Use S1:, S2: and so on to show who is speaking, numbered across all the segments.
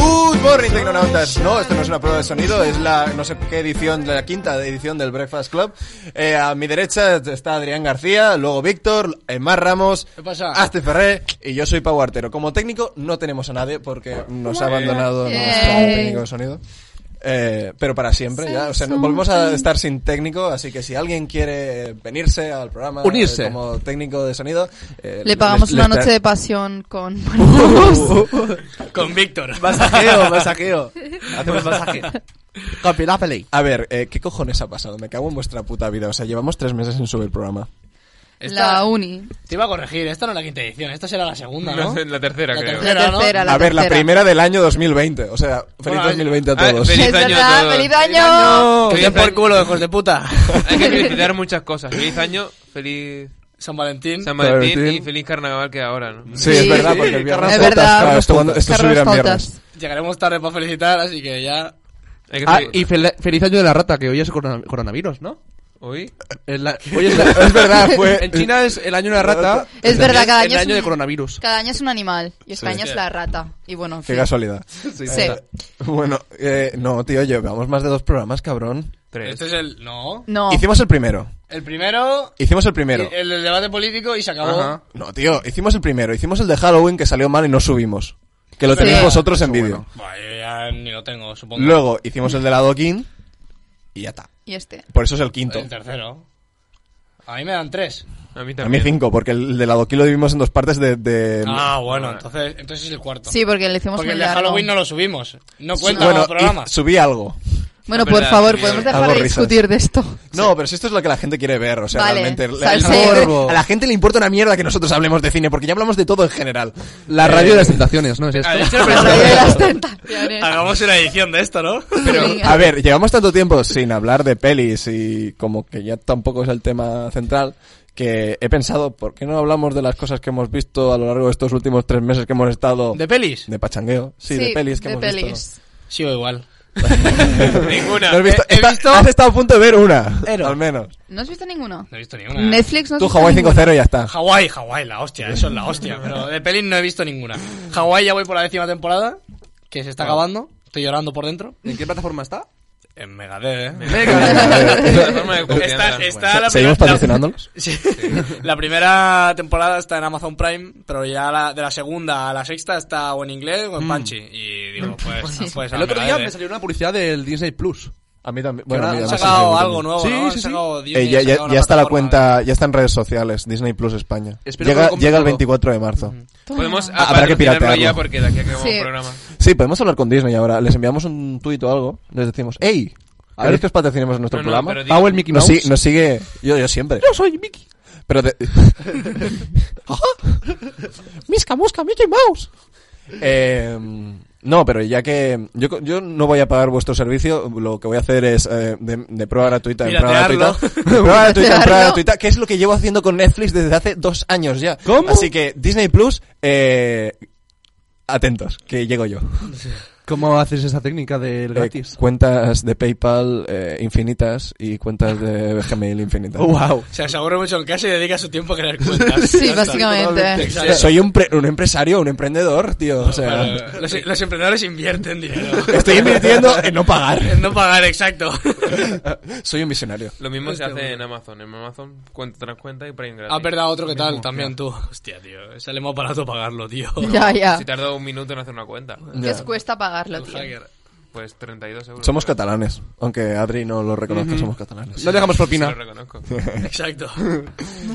S1: Corre, Tecnonautas. No, esto no es una prueba de sonido, es la no sé qué edición, la quinta edición del Breakfast Club. Eh, a mi derecha está Adrián García, luego Víctor, Emma Ramos,
S2: ¿Qué pasa?
S1: Aste Ferré y yo soy Pau Artero. Como técnico no tenemos a nadie porque nos ha abandonado
S3: Eh.
S1: nuestro técnico de sonido. Eh, pero para siempre, ya. O sea, no- volvemos a estar sin técnico, así que si alguien quiere venirse al programa eh,
S4: Unirse.
S1: como técnico de sonido, eh,
S3: Le pagamos
S1: les-
S3: una
S1: les-
S3: noche de pasión con...
S2: Con Víctor.
S4: Masajeo, masajeo. Hacemos masaje. Copy la peli.
S1: A ver, eh, ¿qué cojones ha pasado? Me cago en vuestra puta vida. O sea, llevamos tres meses sin subir programa.
S2: Esta-
S3: La uni.
S2: Te iba a corregir, esta no es la quinta edición, esta será la segunda, ¿no?
S5: No sé, la tercera,
S2: La
S5: creo.
S2: tercera.
S3: La
S2: Era, ¿no?
S3: tercera, la
S1: a ver, la
S3: tercera.
S1: primera del año 2020. O sea, feliz
S2: Bueno,
S1: 2020 a
S5: ah,
S1: todos.
S5: feliz-
S3: Es
S5: año a
S3: verdad,
S5: todos.
S3: ¡Feliz
S2: ¡Feliz
S3: año!
S2: año!
S4: Que
S5: Feliz
S4: den por
S5: año.
S4: culo, hijos de puta.
S5: Hay que felicitar muchas cosas. Feliz año, feliz
S2: Mm. San Valentín.
S5: San Valentín
S1: Valentín.
S5: y feliz carnaval que ahora, ¿no?
S1: Sí, es
S3: Sí.
S1: verdad, porque el viernes.
S3: Es verdad.
S1: Claro, esto, cuando- esto
S3: Carlos
S1: subirá en
S3: Pautas.
S1: viernes.
S2: Llegaremos tarde para felicitar, así que ya...
S5: Hay que
S4: Ah,
S5: felicitar.
S4: y fel- feliz año de la rata, que hoy es corona- coronavirus, ¿no?
S5: ¿Hoy?
S4: Es Eh, la- hoy es, la-
S1: Es verdad, fue-
S4: En China es el año de la rata.
S3: Es verdad, cada
S4: el
S3: año es
S4: año
S3: un-
S4: de coronavirus.
S3: Cada año es un animal. Y este
S1: Sí.
S3: año es la rata. Y bueno, en
S1: Qué
S3: fin.
S1: casualidad.
S3: Sí.
S1: Bueno, eh, no, tío, llevamos más de dos programas, cabrón.
S5: Tres.
S2: Este es el... No.
S3: No.
S1: Hicimos el primero.
S2: El primero...
S1: Hicimos el primero.
S2: El, del debate político y se acabó.
S4: Ajá.
S1: No, tío, hicimos el primero. Hicimos el de Halloween que salió mal y no subimos. Que lo
S3: Sí.
S1: tenéis vosotros en vídeo.
S2: Buah, yo ya ni lo tengo, supongo.
S1: Luego hicimos el de la Doquín y ya está.
S3: Y este.
S1: Por eso es el quinto.
S2: El tercero. A mí me dan tres.
S5: A mí
S1: A mí
S5: también.
S1: cinco, porque el de la Doquín lo dividimos en dos partes de... de-
S2: Ah, bueno, entonces, entonces es el cuarto.
S3: Sí, porque le hicimos
S2: Porque
S3: muy
S2: el de
S3: largo.
S2: Halloween no lo subimos. No cuenta
S1: bueno,
S2: como programa.
S1: y subí algo.
S3: Bueno,
S5: Es
S3: por
S5: verdad,
S3: favor,
S5: sí,
S3: podemos
S5: sí.
S3: dejar
S1: Hago
S3: de
S1: risas.
S3: discutir de esto.
S1: No, pero si esto es lo que la gente quiere ver, o sea,
S3: Vale,
S1: realmente... la-
S3: salseo.
S1: el morbo. A la gente le importa una mierda que nosotros hablemos de cine, porque ya hablamos de todo en general. Eh,
S4: La radio de este- las tentaciones, ¿no? Es esto.
S5: Ah, de hecho,
S3: La
S5: pero-
S3: radio de las tentaciones.
S2: Hagamos una edición de esto, ¿no?
S5: pero-
S3: Venga.
S1: A ver, llevamos tanto tiempo sin hablar de pelis y como que ya tampoco es el tema central, que he pensado, ¿por qué no hablamos de las cosas que hemos visto a lo largo de estos últimos tres meses que hemos estado...
S2: ¿De pelis?
S1: de pachangueo? Sí, de pelis que
S3: de
S1: hemos visto.
S3: pelis.
S2: Sigo igual.
S5: Ninguna.
S1: ¿No has visto?
S2: He- he
S1: Está-
S2: visto-
S1: Has estado a punto de ver una,
S2: Ero.
S1: al menos.
S3: ¿No has visto ninguno?
S2: No he visto ninguna.
S3: Netflix no has
S1: Tú,
S3: visto
S1: Hawaii
S3: ninguno?
S1: 5-0 y ya está.
S2: Hawái, Hawái, la hostia, eso es la hostia. Pero de pelis no he visto ninguna. Hawái ya voy por la décima temporada, que se está acabando. Estoy llorando por dentro.
S4: Ah. ¿En qué plataforma está?
S2: En Megadeth, ¿eh?
S5: La forma de
S2: Está,
S5: confianza.
S2: está la
S1: ¿Seguimos
S2: primera- la-
S1: patrocinándolos?
S2: Sí. La primera temporada está en Amazon Prime, pero ya la- de la segunda a la sexta está o en inglés o en Panchi. Y digo, pues,
S3: Sí.
S2: pues a
S4: Mm. El otro día
S2: Megadeth,
S4: me
S2: ¿eh?
S4: salió una publicidad del Disney Plus.
S1: A mí también.
S4: bueno, a mí
S2: Han
S4: además
S2: sacado algo nuevo,
S4: Sí,
S2: ¿no? Han
S4: sí, sí.
S2: sacado Disney,
S1: Eh, ya
S2: han
S1: ya,
S2: sacado una
S1: ya está la
S2: plataforma.
S1: cuenta, ya está en redes sociales, Disney Plus España.
S4: Espero que
S1: Llega,
S4: lo compre
S1: llega el
S4: todo.
S1: 24 de marzo.
S3: Toma.
S5: Podemos
S1: Ah, habrá que
S5: patrocinarlo
S1: piratearlo.
S5: ya porque de aquí acabamos
S3: Sí.
S5: el programa.
S1: Sí, podemos hablar con Disney ahora. Les enviamos un tuit o algo. Les decimos, hey, a ver que os patrocinemos en nuestro
S5: No, no,
S1: programa.
S5: pero di-
S4: Powell Mickey
S1: nos,
S4: Mouse.
S1: si- nos sigue. Yo, yo siempre.
S4: Yo soy Mickey.
S1: Pero te-
S4: Misca, Musca, Mickey Mouse.
S1: Eh, no, pero ya que yo, co- yo no voy a pagar vuestro servicio, lo que voy a hacer es eh, de, de prueba gratuita en prueba
S2: Piratearlo.
S1: gratuita. De prueba gratuita en prueba
S3: Piratearlo.
S1: gratuita, que es lo que llevo haciendo con Netflix desde hace dos años ya.
S4: ¿Cómo?
S1: Así que Disney Plus, eh, atentos, que llego yo.
S4: ¿Cómo haces esa técnica del
S1: Eh,
S4: gratis?
S1: cuentas de PayPal eh, infinitas y cuentas de Gmail infinitas.
S4: wow.
S2: O sea, se aburre mucho en casa y dedica su tiempo a crear cuentas.
S3: Sí,
S2: Ya está.
S3: básicamente.
S2: Exacto.
S1: Soy un, pre- un empresario, un emprendedor, tío. O sea,
S2: Pero los, los emprendedores invierten dinero.
S1: estoy invirtiendo en no pagar.
S2: En no pagar, exacto.
S1: Soy un visionario.
S5: Lo mismo se
S2: Hostia,
S5: hace
S2: bueno.
S5: en Amazon. En Amazon cuenta tras cuenta y Prime gratis.
S2: Has Ah, verdad otro que tal también tú. Hostia, tío. Sale más barato pagarlo, tío.
S3: Ya, ya.
S5: Si tardó un minuto en hacer una cuenta,
S3: ¿Qué os cuesta pagarlo, tío?
S2: Hacker.
S5: pues 32 euros.
S1: Somos catalanes, aunque Adri no lo reconozca, somos catalanes.
S4: No dejamos
S5: Sí, lo
S4: propina.
S5: reconozco.
S2: Exacto.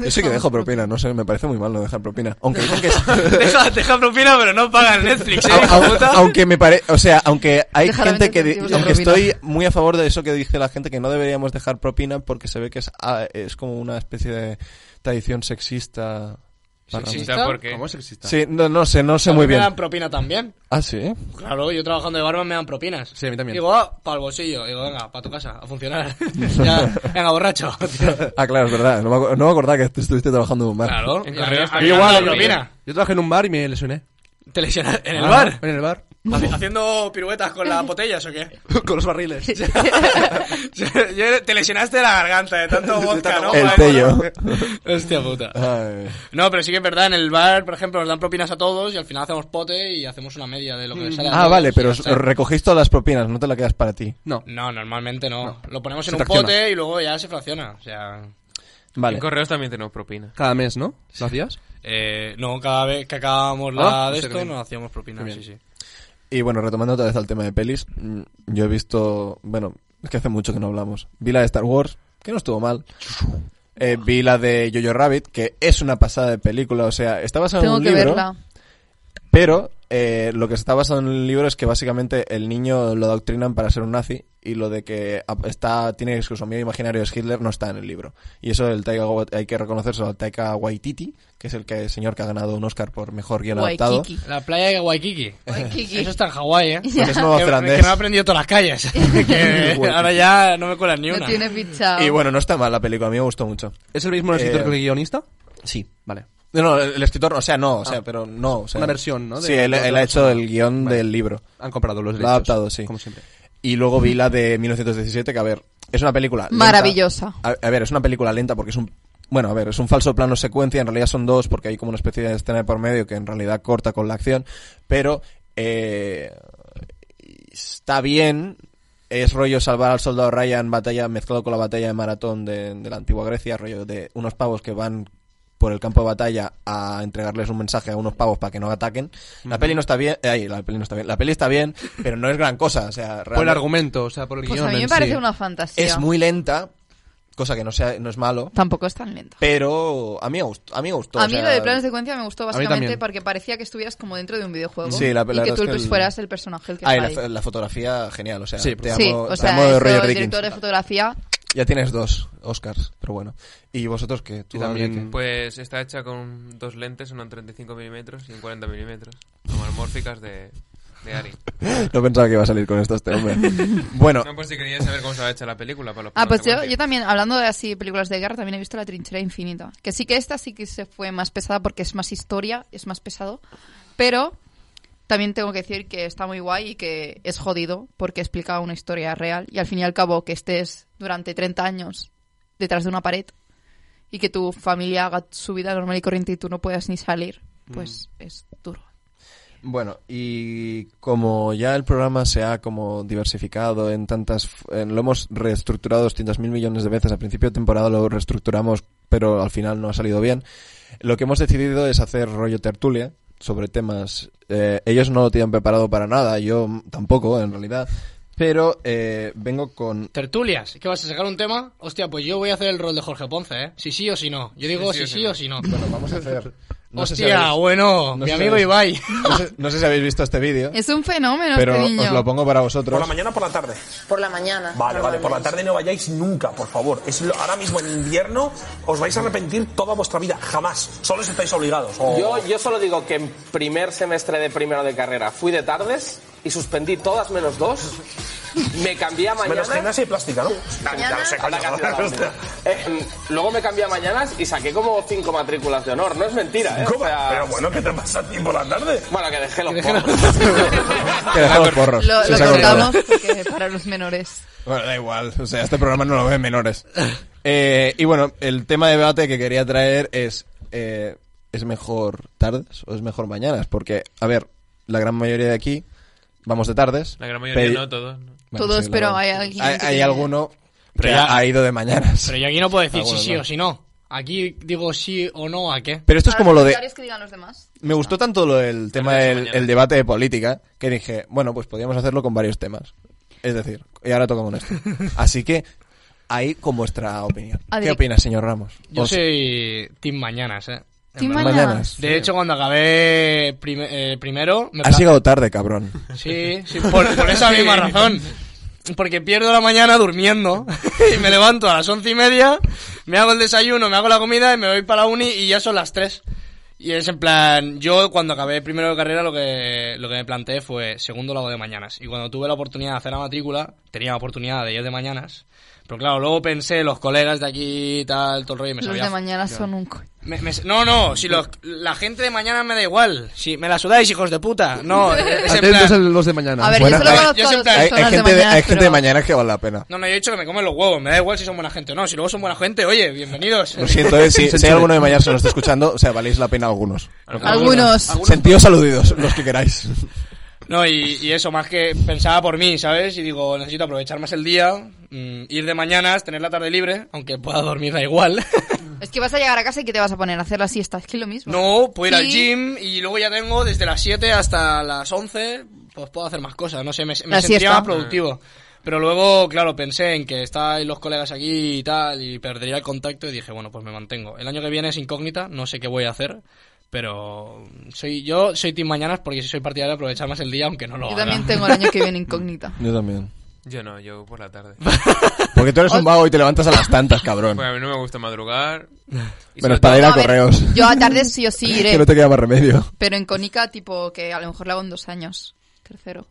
S1: Yo sí que dejo propina, no sé, me parece muy mal no dejar propina. Aunque dicen que es-
S2: Deja, deja propina, pero no pagan Netflix, ¿eh?
S1: Au- au- aunque me pare, o sea, aunque hay
S3: Déjalo
S1: gente
S3: en
S1: que, di-
S3: efectivos,
S1: aunque
S3: la propina.
S1: estoy muy a favor de eso que dice la gente que no deberíamos dejar propina porque se ve que es, ah, es como una especie de tradición sexista. barra-
S2: Sexista.
S5: Quizá porque...
S4: ¿Cómo sexista?
S1: Sí, no, no sé, no sé
S2: A mí
S1: muy bien.
S2: Me dan propina también.
S1: Ah, sí.
S2: Claro, yo trabajando de barman me dan propinas.
S4: Sí, a mí también.
S2: Digo, ah, para el bolsillo. Digo, venga, para tu casa, a funcionar. ya, venga, borracho. tío.
S1: Ah, claro, es verdad. No me, acu- no me acordaba que tú estuviste trabajando en un bar.
S2: Claro.
S5: En
S2: Y a mí-
S5: correos
S2: a mí
S5: también
S2: me dan
S5: propina.
S2: propina.
S4: Yo trabajé en un bar y me lesioné.
S2: Te lesionas en el
S4: Ah,
S2: bar.
S4: En el bar.
S2: Haci- ¿Haciendo piruetas con las botellas o qué?
S4: Con los barriles.
S2: Yo- Te lesionaste la garganta de tanto vodka, ¿no?
S1: El
S2: Bueno,
S1: pello.
S2: Hostia puta.
S1: Ay.
S2: No, pero sí que es verdad, en el bar, por ejemplo, nos dan propinas a todos y al final hacemos pote y hacemos una media de lo que les sale a
S1: Ah,
S2: todos
S1: vale,
S2: y
S1: pero
S2: ya
S1: os-
S2: está.
S1: recogéis todas las propinas, no te la quedas para ti.
S4: No.
S2: No, normalmente no. Lo ponemos
S1: Se
S2: en un
S1: fracciona.
S2: pote y luego ya se fracciona. O sea,
S1: Vale.
S5: En correos también tenemos propina.
S4: Cada mes, ¿no? ¿Lo hacías?
S2: eh, no, cada vez que acabábamos la
S4: Ah,
S2: de
S1: pues
S4: o sea
S2: esto
S4: que-
S2: nos hacíamos propinas, sí, sí.
S1: Y bueno, retomando otra vez al tema de pelis, mm, yo he visto, bueno, es que hace mucho que no hablamos. Vi la de Star Wars, que no estuvo mal. Eh, vi la de Jojo Rabbit, que es una pasada de película, o sea, está basada en
S3: Tengo
S1: un
S3: que
S1: libro,
S3: verla.
S1: pero eh, lo que está basado en el libro es que básicamente el niño lo adoctrinan para ser un nazi y lo de que ap- está tiene que su amigo imaginario es Hitler no está en el libro. Y eso el Taika, Wa- hay que reconocerse al Taika Waititi, que es el que, señor que ha ganado un Oscar por mejor guion adaptado.
S3: Waikiki.
S2: La playa de Waikiki.
S3: Waikiki.
S2: Eso está en Hawái, ¿eh?
S1: porque pues es
S2: que,
S1: neozelandés.
S2: que me ha aprendido todas las calles. que ahora ya no me cuelan ni una.
S3: No tiene fichado.
S1: Y bueno, no está mal la película, a mí me gustó mucho.
S4: ¿Es el mismo escritor
S1: Eh,
S4: que el guionista?
S1: Sí.
S4: Vale.
S1: No, no, el el escritor, o sea, no, o sea, pero no. o sea-
S4: Ah. Una versión, ¿no? De-
S1: sí, él,
S4: de
S1: él
S4: otros.
S1: ha hecho el guión del libro.
S4: Han comprado los
S1: Lo ha
S4: derechos.
S1: adaptado, sí.
S4: Como siempre.
S1: Y luego vi la de 1917, que a ver, es una película. lenta.
S3: Maravillosa.
S1: A, a ver, es una película lenta porque es un. Bueno, a ver, es un falso plano secuencia, en realidad son dos porque hay como una especie de escena de por medio que en realidad corta con la acción, pero. eh, está bien. Es rollo salvar al soldado Ryan, batalla mezclado con la batalla de maratón de, de la antigua Grecia, rollo de unos pavos que van por el campo de batalla a entregarles un mensaje a unos pavos para que no ataquen. La peli no está bien, eh, ay, la peli no está bien, la peli está bien, pero no es gran cosa, o sea,
S4: Por el
S1: realmente
S4: argumento, o sea, por el
S3: Pues
S4: guion
S3: a mí me
S4: en
S3: parece
S4: sí.
S3: una fantasía.
S1: es muy lenta, cosa que no sea no es malo,
S3: Tampoco es tan lento.
S1: pero a mí me gustó, a mí me gustó,
S3: A
S1: o
S3: mí
S1: sea,
S3: lo de planes de secuencia me gustó
S4: mí
S3: básicamente
S4: también.
S3: porque parecía que estuvieras como dentro de un videojuego
S1: Sí, la- la
S3: y
S1: verdad
S3: que tú pues
S1: es que el-
S3: fueras el personaje el que
S1: Ah, y
S3: está
S1: la,
S3: ahí.
S1: fo- la fotografía genial, o sea,
S4: Sí, pues
S1: te
S3: sí,
S1: amo,
S3: o
S1: te
S3: sea,
S1: amo de
S3: esto,
S1: Roger
S3: el
S1: Dickens.
S3: director de fotografía,
S1: Ya tienes dos Oscars, pero bueno. ¿Y vosotros qué? ¿Tú
S4: Y también-
S1: Adri, qué?
S5: Pues está hecha con dos lentes, una en 35 milímetros y en 40 milímetros. Como almórficas de, de Ari.
S1: No pensaba que iba a salir con esto este hombre. Bueno,
S5: No, por si querías saber cómo estaba hecha la película. Para los
S3: Ah, pues
S5: planos de
S3: yo,
S5: secuencia.
S3: yo también, hablando de así películas de guerra, también he visto La Trinchera Infinita. Que sí que esta sí que se fue más pesada porque es más historia, es más pesado. Pero también tengo que decir que está muy guay y que es jodido porque explica una historia real. Y al fin y al cabo que estés durante 30 años detrás de una pared y que tu familia haga su vida normal y corriente y tú no puedas ni salir, pues
S1: Mm.
S3: es duro.
S1: bueno, y como ya el programa se ha como diversificado en tantas... f- en- lo hemos reestructurado 200.000 millones de veces. Al principio de temporada lo reestructuramos, pero al final no ha salido bien. Lo que hemos decidido es hacer rollo tertulia sobre temas... eh, ellos no lo tienen preparado para nada, yo tampoco, en realidad. Pero eh, vengo con...
S2: Tertulias, ¿qué vas a sacar un tema? Hostia, pues yo voy a hacer el rol de Jorge Ponce, ¿eh? Si sí o si no. Yo digo
S5: sí
S2: si
S5: o
S2: sí,
S5: si no.
S2: o si no.
S1: Vamos a hacer... no sé si
S2: Hostia,
S1: habéis-
S2: bueno,
S1: no
S2: mi
S1: sé si
S2: amigo
S1: habéis-
S2: Ibai.
S1: No sé, no sé si habéis visto este vídeo,
S3: Es un fenómeno
S1: pero
S3: este niño.
S1: os lo pongo para vosotros.
S6: ¿Por la mañana o por la tarde?
S7: Por la mañana.
S8: Ah,
S6: Vale, vale, por la tarde no vayáis nunca, por favor. Es lo- ahora mismo en invierno os vais a arrepentir toda vuestra vida, jamás. Solo os estáis obligados. O-
S8: Yo, yo solo digo que en primer semestre de primero de carrera fui de tardes y suspendí todas menos dos. Me cambié a mañanas.
S6: menos gimnasia y plástica, ¿no? Ya, ya lo sé, coño.
S8: Ahora casi nada,
S6: Hostia.
S8: Eh, luego me cambié a mañanas y saqué como cinco matrículas de honor. No es mentira, ¿eh? O
S6: ¿Cómo?
S8: sea,
S6: Pero bueno, ¿qué te pasa a ti por la tarde?
S8: bueno, que dejé los
S2: dejé
S8: porros.
S1: Que deja los porros.
S3: Lo-
S1: si
S3: lo
S1: se ha cortado.
S3: contamos porque para los menores.
S1: Bueno, da igual. O sea, este programa no lo ven menores. Eh, y bueno, el tema de debate que quería traer es... eh, ¿Es mejor tardes o es mejor mañanas? Porque, a ver, la gran mayoría de aquí vamos de tardes.
S5: La gran mayoría
S1: pe-
S5: no, todos. ¿no?
S1: Bueno,
S3: Todos,
S1: la
S3: pero
S1: verdad.
S3: hay alguien
S1: Hay,
S3: que
S1: hay
S3: tiene-
S1: alguno que
S2: Pero ya-
S1: ha ido de mañanas.
S2: Pero yo aquí no puedo decir
S1: Ah, bueno,
S2: si sí
S1: no.
S2: o si no. Aquí digo sí o no a qué.
S1: Pero esto es como lo de...
S3: que digan los demás.
S1: Me gustó tanto lo del tema
S5: Tardes o
S1: del
S5: mañanas.
S1: el debate de política que dije, bueno, pues podríamos hacerlo con varios temas. Es decir, y ahora toca con esto. Así que ahí con vuestra opinión.
S3: Adri-
S1: ¿Qué opinas, señor Ramos?
S2: Yo
S1: Os-
S2: soy Team Mañanas, ¿eh? En
S3: Team
S2: verdad.
S3: Mañanas.
S1: Mañanas.
S2: De hecho, cuando acabé prim- eh, primero... Me
S1: Has
S2: pla-
S1: llegado tarde, cabrón.
S2: Sí, sí, por, por esa misma razón. Porque pierdo la mañana durmiendo y me levanto a las once y media, me hago el desayuno, me hago la comida y me voy para la uni y ya son las tres. Y es en plan, yo cuando acabé primero de carrera lo que, lo que me planteé fue segundo lo hago de mañanas. Y cuando tuve la oportunidad de hacer la matrícula, tenía la oportunidad de ir de mañanas, Pero claro, luego pensé, los colegas de aquí y tal, todo el rollo, y me
S3: Los
S2: sabía
S3: de mañana son un... co-
S2: me- me- no, no, si los, la gente de mañana me da igual. Si me la sudáis, hijos de puta. No, es en
S4: Atentos a
S2: plan-
S4: los de mañana.
S3: A ver,
S1: Bueno,
S3: yo solo
S1: hay-
S3: conozco
S2: yo
S3: a las
S2: siempre-
S1: Hay, hay
S3: personas de
S1: gente, de,
S3: mañana,
S1: hay gente
S3: pero-
S1: de mañana que vale la pena.
S2: No, no, yo he dicho que me comen los huevos. Me da igual si son buena gente o no. Si luego son buena gente, oye, bienvenidos.
S1: Lo siento, eh, si, si hay alguno de mañana se lo está escuchando, o sea, valéis la pena algunos.
S3: Algunos.
S1: Sentíos aludidos, los que queráis.
S2: No, y, y eso, más que pensaba por mí, ¿sabes? Y digo, necesito aprovechar más el día, mm, ir de mañanas, tener la tarde libre, aunque pueda dormir da igual.
S3: Es que vas a llegar a casa y que te vas a poner a hacer la siesta. Es que es lo mismo.
S2: no, puedo ir al
S3: Sí.
S2: gym y luego ya tengo desde las 7 hasta las 11, pues puedo hacer más cosas, no sé, me, me
S3: La
S2: sentía
S3: siesta.
S2: más productivo. Pero luego, claro, pensé en que estáis los colegas aquí y tal, y perdería el contacto y dije, bueno, pues me mantengo. El año que viene es incógnita, no sé qué voy a hacer, pero soy yo soy Team Mañanas porque soy partidario de aprovechar más el día, aunque no lo
S3: Yo
S2: haga.
S3: también tengo el año que viene incógnita.
S1: Yo también.
S5: Yo no, yo por la tarde.
S1: Porque tú eres un vago y te levantas a las tantas, cabrón.
S5: Porque a mí no me gusta madrugar. Y sobre
S1: Menos para ir a
S3: No, ver,
S1: correos.
S3: Yo a tardes sí o sí
S1: Que
S3: iré.
S1: no te queda más remedio.
S3: Pero en Cónica, tipo, que a lo mejor lo hago en dos años. Tercero.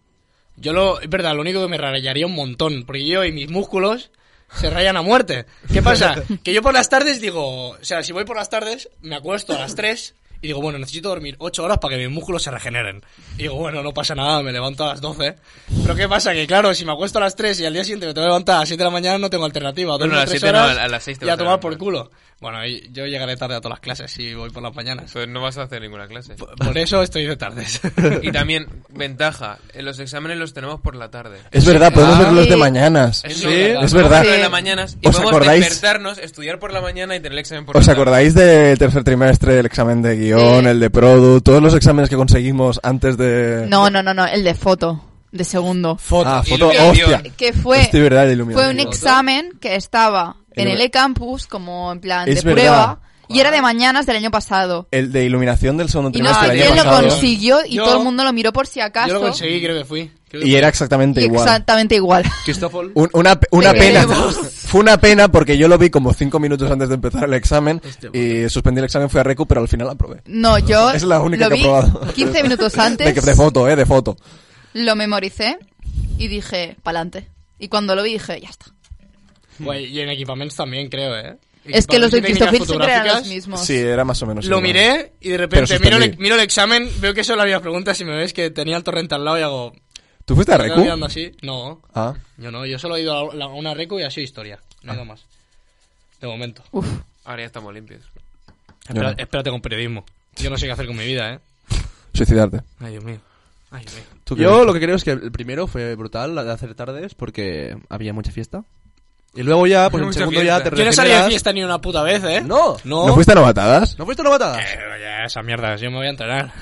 S2: Yo lo, es verdad, lo único que me rayaría un montón, porque yo y mis músculos se rayan a muerte. ¿Qué pasa? Que yo por las tardes digo, o sea, si voy por las tardes, me acuesto a las 3 y digo, bueno, necesito dormir 8 horas para que mis músculos se regeneren. Y digo, bueno, no pasa nada, me levanto a las 12. Pero ¿qué pasa? Que claro, si me acuesto a las 3 y al día siguiente me tengo que levantar a las 7 de la mañana, no tengo alternativa.
S5: Bueno,
S2: Duermo
S5: a las
S2: tres
S5: 7 no,
S2: horas
S5: a las 6 te
S2: Y a
S5: vas a
S2: tomar por
S5: levantar.
S2: culo. Bueno, y yo llegaré tarde a todas las clases si voy por las mañanas.
S5: todo. Entonces pues no vas a hacer ninguna clase.
S2: Por- Por eso estoy de tardes.
S5: Y también, ventaja, eh, los exámenes los tenemos por la tarde.
S1: Es verdad, podemos
S2: Ah.
S1: ver los de mañanas.
S5: Eso
S2: Sí,
S5: verdad.
S1: Eh, es verdad.
S5: Podemos verlo en
S3: Sí.
S5: la mañanas y
S1: ¿Os
S5: podemos
S1: acordáis?
S5: despertarnos, estudiar por la mañana y tener el examen por
S1: ¿Os
S5: la tarde.
S1: acordáis del tercer trimestre, del examen de guión,
S3: Sí.
S1: el de produ, todos los exámenes que conseguimos antes de...
S3: No, no, no, no. El de foto. De segundo.
S1: Foto. Ah, foto,
S5: Iluminación.
S1: hostia.
S3: Que fue,
S1: Hostia, verdad, el iluminado.
S3: fue un examen que estaba en el e-campus, como en plan
S1: Es
S3: de
S1: verdad.
S3: prueba. Y era de mañanas del año pasado.
S1: El de iluminación del segundo
S3: Y no sé
S1: trimestre del
S3: quién
S1: año
S3: lo
S1: pasado.
S3: consiguió y
S2: Yo-
S3: todo el mundo lo miró por si acaso.
S2: Yo lo conseguí, creo que fui. Creo que
S1: Y era
S3: Y
S1: exactamente igual.
S3: exactamente igual.
S4: Cristóbal.
S1: Un- una pe- una
S3: Te
S1: pena.
S3: queremos.
S1: Fue una pena porque yo lo vi como cinco minutos antes de empezar el examen y suspendí el examen, fui a Recu, pero al final aprobé.
S3: No, yo
S1: Es la única
S3: lo
S1: que
S3: vi
S1: he probado.
S3: 15 minutos
S1: De,
S3: antes,
S1: que- de foto, eh, de foto.
S3: lo memoricé y dije, pa'lante. Y cuando lo vi dije, ya está.
S2: Guay, y en equipamientos también, creo, ¿eh?
S3: Es que los de
S2: Equipamientos y técnicas
S3: Christopher siempre eran los
S2: fotográficas,
S3: mismos.
S1: Sí, era más o menos.
S2: Lo
S1: igual.
S2: miré y de
S1: Pero
S2: repente miro el,
S1: suspendí.
S2: miro el examen, veo que son las mismas preguntas y me ves que tenía el torrente al lado y hago...
S1: ¿Tú fuiste a
S2: ¿me
S1: Recu?
S2: quedo mirando así? No,
S1: Ah.
S2: yo no, yo solo he ido a, la- a una recu y ha sido historia, nada más. De momento.
S3: Uf,
S5: Ahora ya estamos limpios.
S2: Espera-
S1: no.
S2: Espérate con periodismo. Yo no sé qué hacer con mi vida, ¿eh?
S1: Suicidarte.
S2: Ay, Dios mío. Ay, Dios mío.
S1: ¿Tú qué
S4: Yo lo que creo es que el primero fue brutal, la de hacer tardes, porque había mucha fiesta. Y luego ya, pues en el
S5: Mucha
S4: segundo
S5: fiesta.
S4: ya te
S2: Yo no salí de
S4: regeneras.
S2: fiesta ni una puta vez, ¿eh?
S4: No.
S2: No.
S1: ¿No fuiste a novatadas?
S4: ¿No fuiste novatada?
S2: Pero ya, esa mierda, yo me voy a entrenar.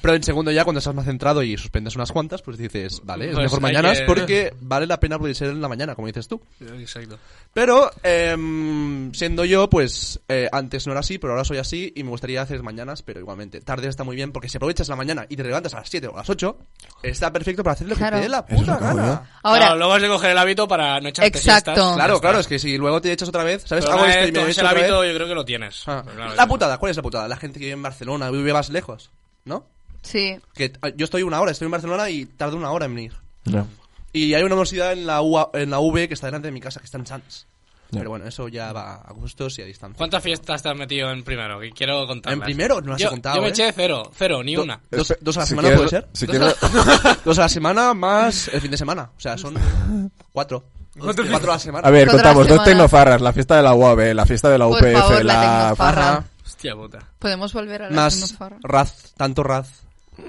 S4: Pero en segundo ya, cuando estás más centrado y suspendes unas cuantas, pues dices, vale, es
S2: Pues
S4: mejor
S2: hay
S4: mañanas
S2: que-
S4: porque vale la pena aprovechar en la mañana, como dices tú.
S2: Exacto.
S4: Pero, em, siendo yo, pues eh, antes no era así, pero ahora soy así y me gustaría hacer mañanas, pero igualmente. Tarde está muy bien porque si aprovechas la mañana y te levantas a las 7 o a las 8, está perfecto para hacer lo que
S3: Claro.
S4: te dé la
S1: Eso es
S4: puta
S1: lo que hago
S4: gana.
S3: ahora,
S2: Claro, luego has de coger el hábito para no echarte
S3: Exacto.
S2: siestas.
S4: Claro, claro, es que si luego te echas otra vez, ¿sabes?
S2: Pero
S4: Hago ¿eh?
S2: una
S4: esto
S2: vez
S4: y me
S2: coges
S4: echo
S2: el
S4: otra vez.
S2: hábito, yo creo que lo tienes.
S4: Ah.
S2: Pero Pues claro,
S4: La
S2: claro.
S4: putada, ¿cuál es la putada? La gente que vive en Barcelona, vive más lejos, ¿no?
S3: sí.
S4: Que ah, yo estoy una hora, estoy en Barcelona y tardo una hora en venir.
S1: No.
S4: Y hay una universidad en la, UA en la V que está delante de mi casa, que está en Sants.
S1: Ya.
S4: Pero bueno, eso ya va a gustos y a distancia.
S2: ¿Cuántas fiestas te has metido en primero? Que quiero contarlas.
S4: ¿En primero? No las he
S2: yo,
S4: contado,
S2: Yo me
S4: ¿eh?
S2: eché cero, cero, ni una.
S4: Do- Dos, dos a la
S1: Si
S4: semana
S1: quieres-
S4: puede ser.
S1: Si quieres,
S4: Dos a la semana más el fin de semana. O sea, son cuatro. Cuatro a la semana.
S1: a ver,
S3: Otra
S1: contamos dos
S3: semana.
S1: tecnofarras, la fiesta de la UAB, la fiesta de la
S3: Por
S1: UPF,
S3: favor, la
S1: la...
S3: tecnofarra.
S4: Ajá.
S2: Hostia puta.
S3: Podemos volver a la
S4: más
S3: tecnofarra?
S4: Raz, tanto Raz.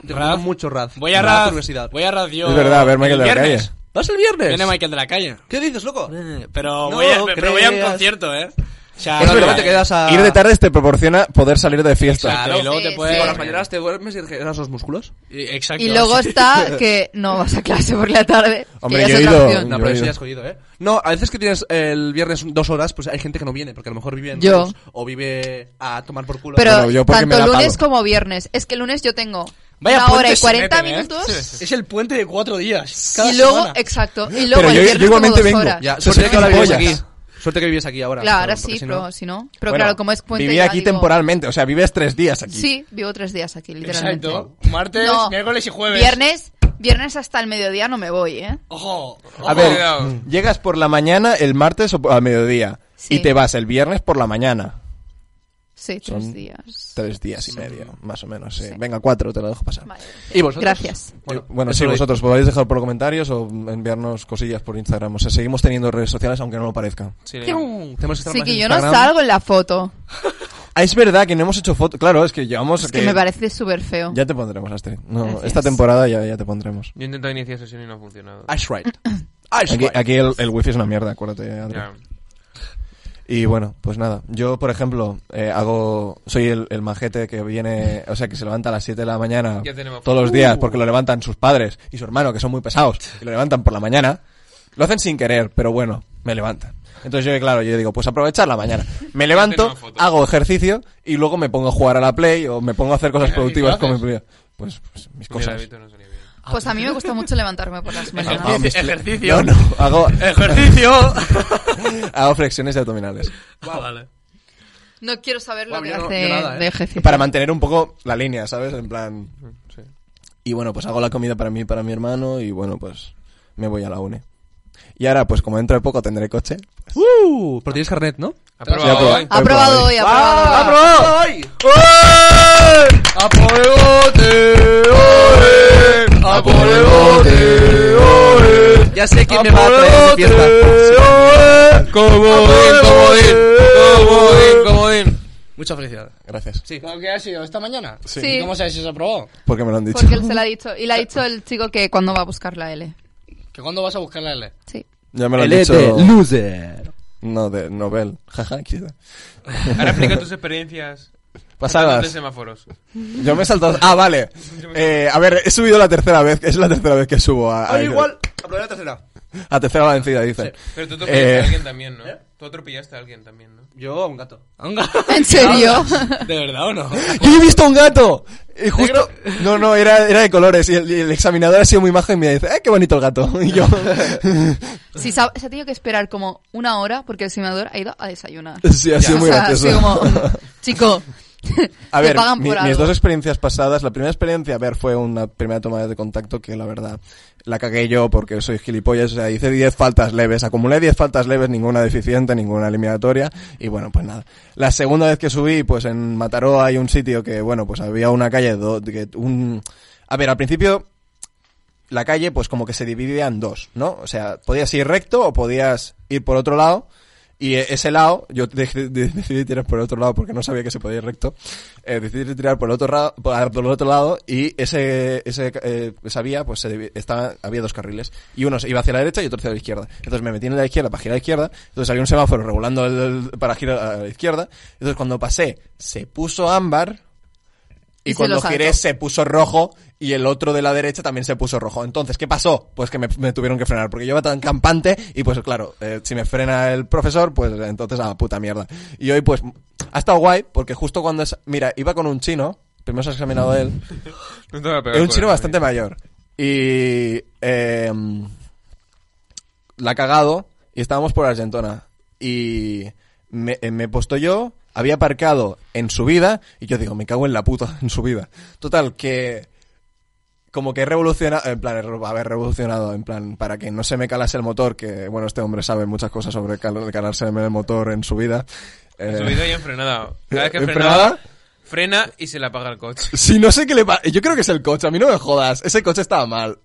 S4: Yo
S2: Raz.
S4: conozco mucho Raz.
S2: Voy a
S4: Raz
S2: Raz.
S4: Universidad.
S2: Voy a Raz yo.
S1: Es verdad, a ver Michael de
S2: el
S1: la
S2: viernes.
S1: calle.
S4: ¿Vas el viernes?
S2: Viene Michael de la calle.
S4: ¿Qué dices, loco?
S2: Pero,
S4: No
S2: voy, a, pero voy a un
S4: creas.
S2: concierto, ¿eh. O sea,
S4: Es
S2: no
S4: verdad,
S2: voy a-
S4: te quedas a...
S1: Ir de tardes te proporciona poder salir de fiesta.
S2: Exacto, y luego
S3: Sí,
S2: te
S3: sí.
S2: puedes.
S4: Por
S3: Por
S4: las mañanas te duermes y regeneras los músculos.
S2: Y- Exacto.
S3: Y luego está que no vas a clase por la tarde.
S1: Hombre,
S3: que ya
S1: yo he
S3: es otra
S1: ido-
S3: opción.
S4: No,
S1: Yo
S4: pero
S1: he
S4: eso
S1: ido.
S4: ya es jodido, ¿eh? No, a veces que tienes el viernes dos horas, pues hay gente que no viene, porque a lo mejor vive en
S3: Yo.
S4: Reus, o vive a tomar por culo.
S3: Pero
S1: Bueno, yo porque me
S3: tanto
S1: da
S3: lunes
S1: palo.
S3: como viernes. Es que el lunes yo tengo
S2: Vaya
S3: una
S2: puente
S3: hora y
S2: se
S3: 40
S2: meten, ¿eh?
S3: minutos.
S2: Es el puente de cuatro días. Cada
S3: Y luego,
S2: semana.
S3: exacto. Y luego
S1: Pero
S3: el
S1: yo- yo
S3: viernes como
S1: igualmente
S3: dos
S1: vengo.
S3: horas.
S4: Ya,
S1: Eso
S4: suerte
S1: es
S4: que ahora vives aquí.
S1: gilipollas.
S4: Suerte que vives aquí ahora.
S3: Claro, ahora
S4: porque
S3: sí, pues,
S4: si no-
S3: pero si no. Pero
S1: Bueno,
S3: claro, como es puente.
S1: Viví
S3: ya
S1: aquí
S3: digo-
S1: temporalmente, o sea, vives tres días aquí.
S3: Sí, vivo tres días aquí, literalmente.
S2: Exacto. Martes,
S3: No,
S2: miércoles y jueves.
S3: Viernes, Viernes hasta el mediodía no me voy, ¿eh?
S2: Ojo,
S1: A
S5: Ojo,
S1: ver,
S5: cuidado.
S1: llegas por la mañana el martes o a mediodía
S3: Sí.
S1: y te vas el viernes por la mañana.
S3: Sí, tres
S1: Son
S3: días.
S1: Tres días y medio, más o menos. sí.
S3: Sí.
S1: Venga, cuatro, te lo dejo pasar. Eh,
S3: Vale.
S4: ¿Y vosotros?
S3: Gracias.
S1: Bueno,
S4: eso
S1: sí,
S4: lo-
S1: vosotros podéis dejar por los comentarios o enviarnos cosillas por Instagram. O sea, seguimos teniendo redes sociales aunque no lo parezca.
S5: Sí,
S4: Tenemos que estar
S3: Sí,
S4: más
S3: que
S4: en
S3: yo no
S4: Instagram.
S3: salgo en la foto.
S1: Ah, es verdad que no hemos hecho fotos. Claro, es que llevamos...
S3: Es que me parece súper feo.
S1: Ya te pondremos, Astrid. No,
S3: Gracias.
S1: esta temporada ya, ya te pondremos.
S5: Yo he intentado iniciar sesión y no ha funcionado.
S4: Ice right. Ice
S1: Aquí,
S4: right.
S1: aquí el, el wifi es una mierda, acuérdate, Andrés.
S5: Ya.
S1: Y bueno, pues nada. Yo, por ejemplo, eh, hago. Soy el, el majete que viene. O sea, que se levanta a las 7 de la mañana
S5: Ya tenemos-
S1: todos los días
S2: Uh.
S1: porque lo levantan sus padres y su hermano, que son muy pesados, y lo levantan por la mañana. Lo hacen sin querer, pero bueno, me levantan. Entonces yo, claro, yo digo, pues aprovechar la mañana. Me levanto,
S5: tenemos fotos.
S1: hago ejercicio y luego me pongo a jugar a la Play o me pongo a hacer cosas
S2: Mira, ¿y qué
S1: productivas como
S2: haces?
S1: pues, pues mis
S5: Mira, el
S1: cosas.
S5: hábito no salía bien.
S3: Pues a mí me gusta mucho levantarme por las
S1: Ah,
S3: mañanas.
S1: me estoy-
S2: Ejercicio.
S1: No, no, hago,
S2: ejercicio.
S1: hago flexiones y abdominales.
S5: Ah,
S2: vale.
S3: No quiero saber lo
S4: Bueno,
S3: que
S4: yo no-
S3: hace
S4: yo nada, ¿eh?
S3: de ejercicio.
S1: Para mantener un poco la línea, ¿sabes? En plan,
S5: Sí.
S1: Y bueno, pues hago la comida para mí y para mi hermano y bueno, pues me voy a la UNE. Y ahora, pues como dentro de poco tendré coche.
S4: Uh, pero tienes carnet, ¿no?
S5: ¿Ha
S1: Ya
S5: probado
S1: probado.
S5: hoy?
S3: Ha probado hoy, ha probado hoy.
S4: ¡Ay! ¡A por el bote! ¡Ole! ¡A por el bote! ¡Ole! Ya sé quién me va a traer de fiesta.
S5: Comodín, comodín, comodín, comodín.
S2: Mucha felicidad.
S1: Gracias.
S4: Sí.
S2: ¿Lo que ha sido esta mañana?
S3: Sí.
S2: ¿Y ¿Cómo sabes si se aprobó?
S1: Porque me lo han dicho.
S3: Porque él se la ha dicho. Y le ha dicho el chico que cuando va a buscar la L.
S2: ¿Que cuándo vas a buscar la L?
S3: Sí.
S1: Ya me lo han
S4: El
S1: dicho.
S4: de loser.
S1: No, de Nobel. Jaja, quizá.
S5: Ahora explica tus experiencias. de
S1: Pasadas.
S5: semáforos.
S1: Yo me he saltado. Ah, vale. Eh, a ver, he subido la tercera vez. Es la tercera vez que subo a. a-
S4: Ahora Ah, igual, aprobé la tercera.
S1: A tercera vencida, dicen.
S5: Pero tú
S1: Eh,
S5: atropellaste a alguien también, ¿no? Tú atropellaste a alguien también, ¿no?
S4: Yo, un gato.
S3: ¿En serio?
S2: ¿De verdad o no?
S1: ¡Yo he visto un gato! Y justo... No, no, era, era de colores. Y el, y el examinador ha sido muy majo y me dice, ¡eh, qué bonito el gato! Y yo...
S3: Sí, se ha, se ha tenido que esperar como una hora porque el simulador ha ido a desayunar.
S1: Sí, ha sido muy
S3: o sea,
S1: gracioso.
S3: así como, chico,
S1: A
S3: te
S1: ver,
S3: pagan
S1: mi-
S3: por algo.
S1: mis dos experiencias pasadas, la primera experiencia, a ver, fue una primera toma de contacto que la verdad la cagué yo porque soy gilipollas, o sea, hice 10 faltas leves, acumulé 10 faltas leves, ninguna deficiente, ninguna eliminatoria, y bueno, pues nada. La segunda vez que subí, pues en Mataró hay un sitio que, bueno, pues había una calle, do- que un... A ver, al principio la calle, pues como que se dividía en dos, ¿no? O sea, podías ir recto o podías ir por otro lado. Y eh, ese lado, yo de- de- decidí tirar por el otro lado porque no sabía que se podía ir recto. Eh, decidí tirar por el otro, ra- por, por el otro lado y ese, ese, eh, esa vía, pues se divi- estaba, había dos carriles. Y uno se iba hacia la derecha y otro hacia la izquierda. Entonces me metí en la izquierda para girar a la izquierda. Entonces había un semáforo regulando el- el- para girar a la izquierda. Entonces cuando pasé, se puso ámbar. Y,
S3: Y se
S1: cuando
S3: lo saltó.
S1: giré se puso rojo y el otro de la derecha también se puso rojo. Entonces, ¿qué pasó? Pues que me, me tuvieron que frenar porque yo iba tan campante y pues claro, eh, si me frena el profesor, pues entonces a la puta mierda. Y hoy pues ha estado guay porque justo cuando es... Mira, iba con un chino, primero se ha examinado él,
S5: No te voy a pegar
S1: es un
S5: por
S1: chino
S5: el
S1: bastante
S5: móvil.
S1: mayor y eh, la ha cagado y estábamos por Argentona y me, eh, me he puesto yo, había aparcado en su vida y yo digo, me cago en la puta en su vida. Total, que como que he revolucionado, en plan, he re- haber revolucionado, en plan, para que no se me calase el motor, que bueno, este hombre sabe muchas cosas sobre cal- calarse el motor en su vida. Eh,
S5: Subido y enfrenado. Cada vez que
S1: ¿En
S5: frenaba,
S1: frenada?
S5: frena y se le apaga el coche.
S1: Sí, no sé qué le pasa. Yo creo que es el coche, a mí no me jodas. Ese coche estaba mal.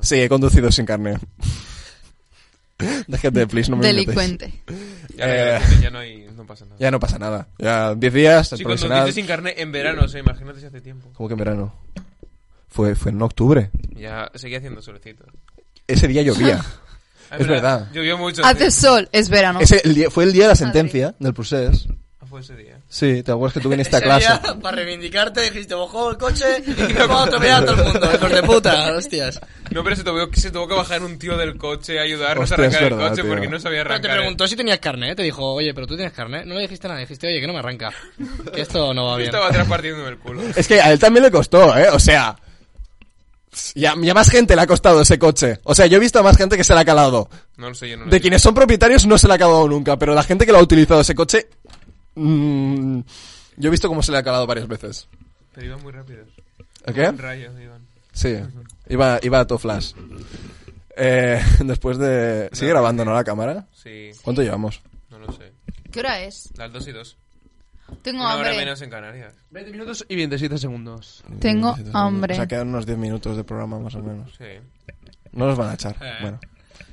S1: Sí, he conducido sin carne. Déjate, please, no me metáis.
S3: delincuente.
S5: Ya,
S1: Eh.
S5: no- ya no, hay, no pasa nada.
S1: Ya no pasa nada. Ya 10 días, el
S5: Sí, cuando
S1: profesional.
S5: dices sin carne en verano, o sea, imagínate si hace tiempo.
S1: ¿Cómo que en verano? Fue, fue en octubre.
S5: Ya seguía haciendo solecito.
S1: Ese día llovía.
S5: Ah,
S1: Es verdad.
S5: Llovió mucho.
S3: Hace sol, es verano.
S1: Ese, el día- fue el día de la sentencia del procés.
S5: Ah, Fue ese día.
S1: Sí, te acuerdas que tú viniste a clase.
S2: Ese día, para reivindicarte, dijiste, ojo el coche y que me puedo atropellar a todo el mundo, hijos de puta, hostias.
S5: No, pero se tuvo, que- se tuvo que bajar un tío del coche a ayudarnos
S1: Hostia,
S5: a
S1: es
S5: arrancar el
S1: verdad,
S5: coche
S1: tío.
S5: porque no sabía
S2: Pero
S5: arrancar.
S2: te
S5: el-
S2: preguntó si tenías carne, ¿eh? te dijo, oye, pero tú tienes carne. No le dijiste nada, dijiste, oye, que no me arranca. Que esto no va
S5: Yo
S2: bien.
S5: Estaba atrás partiéndome el culo.
S1: Es que a él también le costó, ¿eh? O sea. Ya, ya más gente le ha costado ese coche. O sea, yo he visto a más gente que se le ha calado.
S5: No lo sé, yo no lo
S1: De
S5: sé.
S1: quienes son propietarios no se le ha acabado nunca, pero la gente que lo ha utilizado ese coche. mm, yo he visto cómo se le ha calado varias veces.
S5: Pero iban muy rápido.
S1: ¿A qué?
S5: Rayos, iban.
S1: Sí, iba, iba a todo flash. Eh, después de... ¿Sigue grabando, no, la cámara?
S5: Sí,
S1: ¿Cuánto llevamos?
S5: no lo sé.
S3: ¿Qué hora es?
S5: Las 2 y 2.
S3: Tengo
S5: Una hora
S3: hambre.
S5: menos en Canarias.
S4: 20 minutos y 27 segundos.
S3: Tengo
S1: Sí, sí, sí.
S3: hambre.
S1: O sea, quedan unos 10 minutos de programa más o menos.
S5: Sí.
S1: No nos van a echar.
S5: Eh. Pues
S1: Bueno,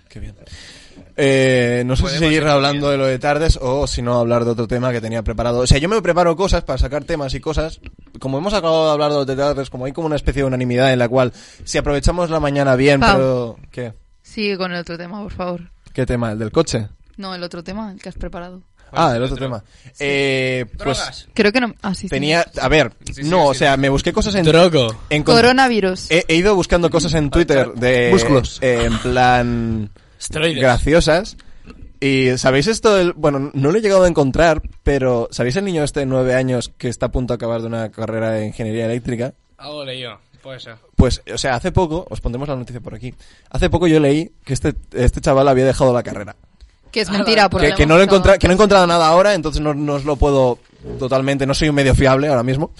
S1: qué bien. Eh, no sé si
S5: Podemos
S1: seguir
S5: ir
S1: hablando de lo de tardes o si no hablar de otro tema que tenía preparado. O sea, yo me preparo cosas para sacar temas y cosas. Como hemos acabado de hablar de lo de tardes, como hay como una especie de unanimidad en la cual si aprovechamos la mañana bien,
S3: Pau.
S1: pero... ¿Qué?
S3: Sigue con el otro tema, por favor.
S1: ¿Qué tema? ¿El del coche?
S5: Pues
S3: No, el otro tema, el que has preparado.
S1: Ah, el otro tema. Eh, pues
S5: Drogas.
S3: Creo que no. Ah, sí. sí.
S1: tenía... A ver,
S5: Sí, sí,
S1: no, o
S5: sí.
S1: sea, me busqué cosas en...
S7: Troco.
S1: en Eh, con-
S3: Coronavirus.
S1: He, he ido buscando cosas en Twitter de...
S4: Músculos.
S1: eh, en plan...
S7: Esteroides.
S1: graciosas. Y sabéis esto del. Bueno, no lo he llegado a encontrar, pero ¿sabéis el niño este de 9 años que está a punto de acabar de una carrera de ingeniería eléctrica?
S2: Algo leído, puede ser.
S1: Pues, o sea, hace poco, os pondremos la noticia por aquí. Hace poco yo leí que este, este chaval había dejado la carrera.
S3: que es mentira. porque
S1: Que, que no lo he encontra- que no he encontrado nada ahora, entonces no, no os lo puedo totalmente, no soy un medio fiable ahora mismo.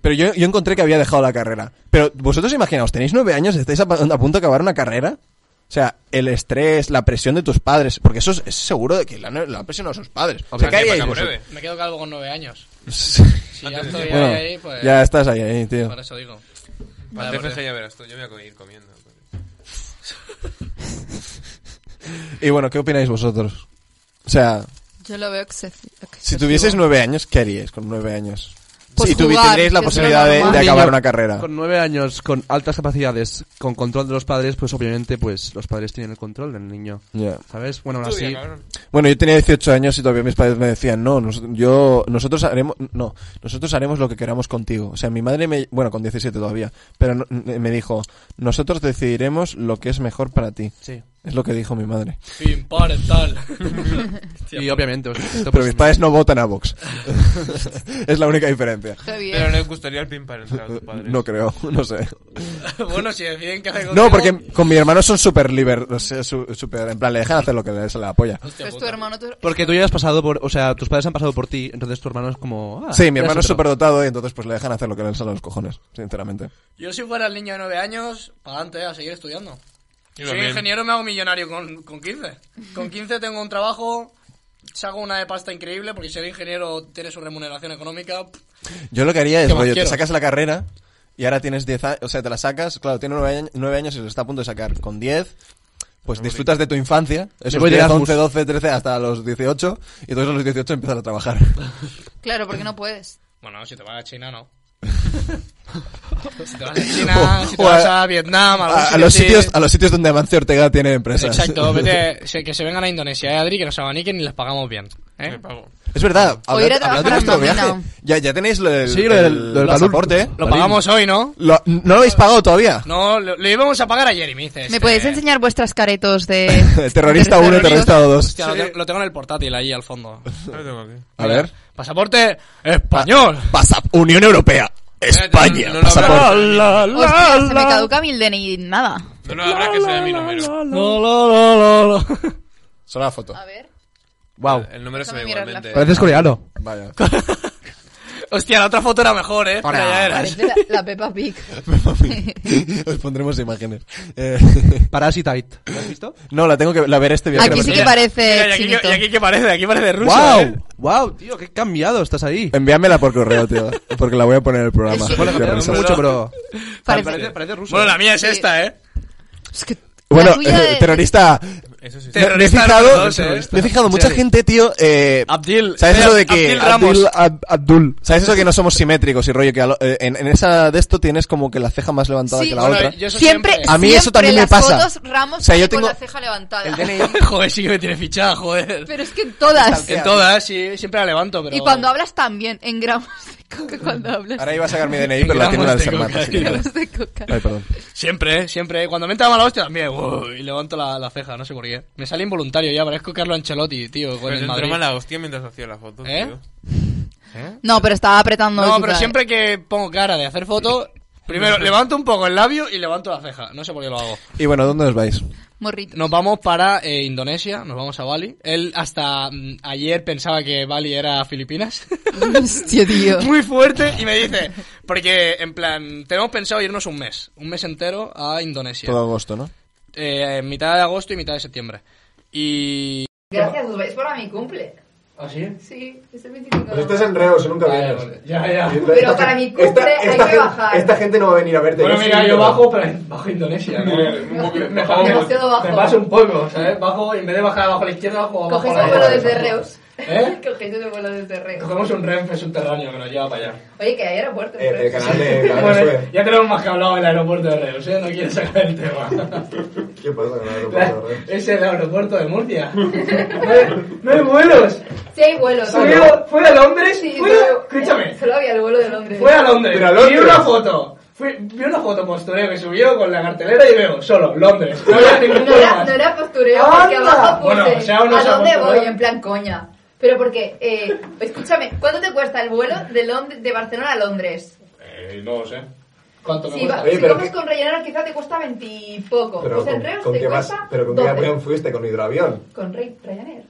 S1: Pero yo, yo encontré que había dejado la carrera. Pero vosotros imaginaos, tenéis nueve años, estáis a, pa- a punto de acabar una carrera. O sea, el estrés, la presión de tus padres, porque eso es, es seguro de que la, la presión a sus padres.
S5: O
S1: Se
S5: sea, que
S1: cae
S5: para
S1: ahí
S5: que
S1: de su-
S5: breve.
S2: Me quedo calvo con nueve años. Si ya
S5: Antes de
S2: estoy
S5: tiempo.
S2: ahí,
S1: Bueno,
S2: ahí, pues.
S1: ya estás ahí, ahí, tío.
S2: Por eso digo.
S5: Para
S2: Vale, pues,
S5: TFG
S2: porque-
S5: ya verás tú, yo me voy a ir comiendo.
S1: Y bueno, ¿qué opináis vosotros? O sea,
S3: Yo lo veo excesivo.
S1: si tuvieseis nueve años, ¿qué haríais con nueve años?
S3: Pues
S1: si tuvi-
S3: jugar,
S1: tendríais la
S3: que es lo
S1: posibilidad de,
S3: normal.
S1: de
S4: Un
S1: acabar
S4: niño
S1: una carrera.
S4: Con nueve años, con altas capacidades, con control de los padres, pues obviamente pues los padres tienen el control del niño.
S1: Ya.
S4: ¿Sabes? Bueno, aún
S5: Tú,
S4: así...
S5: cabrón.
S1: Bueno, yo tenía 18 años y todavía mis padres me decían, no, nos- yo, nosotros haremos, no, nosotros haremos lo que queramos contigo. O sea, mi madre me, bueno, con 17 todavía, pero no- n- me dijo, nosotros decidiremos lo que es mejor para ti.
S4: Sí.
S1: Es lo que dijo mi madre.
S7: Fin parental.
S4: Y obviamente... pues, esto,
S1: Pero
S4: pues,
S1: mis padres no votan a Vox. es la única diferencia.
S5: Pero les gustaría el pin parental a tus padres.
S1: No creo, no sé.
S2: bueno, si deciden que hace
S1: No,
S2: contigo-
S1: porque con mi hermano son súper liber, o sea, su- súper, en plan, le dejan hacer lo que les la apoya.
S3: Es tu hermano. tu-
S4: Porque tú ya has pasado por... O sea, tus padres han pasado por ti, entonces tu hermano es como... ah,
S1: Sí, mi hermano es
S4: eres otro.
S1: súper dotado y entonces pues le dejan hacer lo que les salen los cojones, sinceramente.
S2: Yo si fuera el niño de 9 años, para adelante, a seguir estudiando.
S5: Yo
S2: Soy
S5: también.
S2: ingeniero, me hago millonario con, con 15. Con 15 tengo un trabajo, saco una de pasta increíble, porque ser ingeniero tiene su remuneración económica. pff,
S1: Yo lo que haría es,
S2: ¿Qué más
S1: rollo, te
S2: quiero?
S1: sacas la carrera y ahora tienes 10 años, o sea, te la sacas, claro, tiene 9 años, nueve años y se lo está a punto de sacar. Con 10, pues disfrutas de tu infancia, esos
S4: voy de
S1: 10,
S4: Erasmus.
S1: 11, 12, 13 hasta los 18 y entonces a los 18 empiezas a trabajar.
S3: Claro, porque no puedes.
S2: Bueno, si te vas a China, no. si te vas a China, si te vas a Vietnam, algún
S1: a, a
S2: sitio
S1: los
S2: así.
S1: sitios, a los sitios donde Amancio Ortega tiene empresas.
S2: Exacto, vete, se- que se vengan a Indonesia, ¿eh, Adri, que nos abaniquen y les pagamos bien. ¿eh?
S5: Me pago.
S1: Es verdad,
S3: O ir a
S1: hablando,
S3: trabajar
S1: hablando de
S3: a
S1: nuestro
S3: una
S1: viaje,
S3: mina.
S1: ya, ya tenéis lo del,
S4: Sí, lo del-
S1: el-
S4: lo del
S1: pasaporte, ¿eh?
S2: Lo pagamos hoy, ¿no?
S1: Lo- no lo habéis pagado todavía.
S2: No, lo, lo íbamos a pagar ayer y me dices...
S3: ¿Me podéis
S2: eh,
S3: enseñar vuestras caretos de.
S1: terrorista 1 y terrorista 2.
S2: hostia, lo te- lo tengo en el portátil ahí al fondo.
S5: No lo tengo aquí.
S1: A ver.
S2: Pasaporte español.
S1: Pasa- Unión Europea.
S2: Eh,
S1: España.
S5: no lo
S1: pasaporte.
S5: habrá.
S3: Hostia, se me caduca mi DNI. Nada.
S5: No lo habrá que sea mi número.
S2: No, no, no, no, no.
S1: Solo la foto.
S3: A ver.
S4: Wow.
S5: El número se ve
S3: Déjame mirar la
S5: igualmente.
S4: Pareces coreano.
S1: Vaya.
S2: Hostia, la otra foto era mejor, eh. Pero ya eras.
S3: Parece la, la Peppa Pig.
S1: Os pondremos imágenes. Eh,
S4: Parasitite. ¿Lo has visto?
S1: no, la tengo que la veré este viernes.
S3: Aquí sí que
S1: Mira,
S3: parece
S2: Mira, y, aquí,
S3: chinito.
S2: y aquí que parece, aquí parece ruso.
S4: ¡Wow!
S2: eh.
S4: ¡Wow, tío! ¡Qué cambiado estás ahí!
S1: Envíamela por correo, tío. Porque la voy a poner en el programa.
S3: Es que-
S1: Qué
S4: Bueno,
S1: risa.
S4: mucho, pero...
S3: Parece-
S4: ruso.
S2: Bueno, la mía es
S3: Sí.
S2: esta, eh.
S3: Es que
S1: Bueno,
S3: la tuya
S1: eh,
S3: es-
S1: terrorista.
S5: Eso sí.
S2: Te-
S1: Me he
S2: Terrorista número
S1: fijado,
S2: dos, eh.
S1: me he fijado mucha gente, tío. Eh,
S2: Abdil.
S1: ¿Sabes
S2: eh,
S1: eso de que
S2: Abdil Ramos.
S1: Ab- Abdul, ¿Sabes eso de que no somos simétricos y rollo que a lo- eh, en, en esa de esto tienes como que la ceja más levantada
S3: Sí,
S1: que la
S2: Bueno,
S1: otra?
S2: yo eso
S3: siempre,
S2: siempre.
S1: A mí eso
S3: siempre
S1: también me
S3: las
S1: pasa.
S3: fotos, Ramos
S1: O sea, yo
S3: con
S1: tengo-
S3: la ceja levantada.
S2: joder, sí que me tiene fichada, joder.
S3: Pero es que en todas.
S2: En todas, sí, siempre la levanto, pero.
S3: Y cuando hablas también, en gramos de coca cuando hablas.
S1: Ahora iba a sacar mi DNI, pero la
S2: Gramos
S1: tengo en el
S2: de
S1: Sermat,
S2: coca,
S1: así que-
S3: Gramos de coca.
S1: Ay, perdón.
S2: Siempre, eh, siempre. eh. Cuando me entra mala hostia, también. uy, y levanto la, la ceja, no sé por qué. Me sale involuntario ya, parezco Carlo Ancelotti, tío, con
S5: Pero te
S2: el
S5: entró
S2: Pues Madrid.
S5: mala hostia mientras hacía la foto,
S2: ¿Eh?
S5: tío.
S3: No, pero estaba apretando.
S2: No,
S3: el
S2: pero
S3: titular.
S2: siempre que pongo cara de hacer foto, primero levanto un poco el labio y levanto la ceja. No sé por qué lo hago.
S1: Y bueno, ¿dónde os vais?
S3: Morrito.
S2: Nos vamos para eh, Indonesia, nos vamos a Bali. Él hasta mm, ayer pensaba que Bali era Filipinas.
S9: Hostia, tío.
S2: muy fuerte y me dice, porque en plan, tenemos pensado irnos un mes, un mes entero a Indonesia.
S10: Todo agosto, ¿no?
S2: Eh, mitad de agosto y mitad de septiembre. Y...
S3: Gracias, os vais para mi cumple.
S2: ¿Ah, sí?
S3: Sí, es el 25
S1: Pero este es enredo, si nunca
S2: Vale,
S1: vienes.
S2: vale. Ya, ya.
S1: Esta-
S3: Pero
S1: esta
S3: para
S1: gen-
S3: mi cumple hay que
S1: gente,
S3: bajar.
S1: Esta gente no va a venir a verte.
S2: Bueno,
S1: Yo
S2: mira,
S1: sí,
S2: yo
S1: pero-
S2: bajo, pero bajo Indonesia. ¿no?
S1: Muy- muy bien.
S2: Me, bajo,
S3: Demasiado bajo.
S2: me paso un poco, ¿sabes? Bajo, en vez de bajar abajo a la izquierda, bajo abajo a
S3: Cogéis un
S2: la
S3: vuelo
S2: derecha.
S3: desde Reus.
S2: ¿Eh?
S3: Cogéis un vuelo desde Reus.
S2: Cogemos un renfe subterráneo que nos lleva para allá.
S3: Oye, que hay aeropuerto.
S1: Eh,
S3: en
S1: El
S3: Reus.
S1: canal de Canal de
S2: Bueno,
S1: Suez.
S2: ya tenemos más que hablado del aeropuerto de Reus, ¿eh? No quiero sacar el tema.
S1: ¿Qué pasa con el
S2: La-
S1: aeropuerto? eh?
S2: es el aeropuerto de Murcia. No hay, no hay vuelos.
S3: Sí, hay vuelos.
S2: Fue, a- fue a Londres.
S3: Sí,
S2: fue a-
S3: solo-
S2: escúchame.
S3: Solo había el vuelo de Londres.
S2: Fue a Londres.
S1: Pero a Londres.
S2: Vi una foto. Fui, vi una foto postureo que subió con la cartelera y veo solo Londres. No había ningún
S3: No
S2: vuelo
S3: era,
S2: más.
S3: no era postureo, porque
S2: Anda.
S3: abajo puse
S2: Bueno, o sea, uno
S3: ¿a
S2: se
S3: dónde
S2: apuntó,
S3: voy?
S2: ¿no?
S3: En plan, coña. Pero porque, eh, escúchame, ¿cuánto te cuesta el vuelo de, Lond- de Barcelona a Londres?
S5: Eh, no lo sé.
S2: ¿Cuánto me
S3: Si,
S2: cuesta?
S3: va,
S1: Oye,
S3: si
S1: pero
S3: comes
S1: que-
S3: con rellenero quizá te cuesta veintipoco.
S1: Pero
S3: Pues
S1: con-
S3: en Reus
S1: ¿Con
S3: te
S1: qué vas?
S3: cuesta
S1: ¿Pero con qué
S3: 12.
S1: avión fuiste? ¿Con hidroavión?
S3: Con Rey- Ryanair.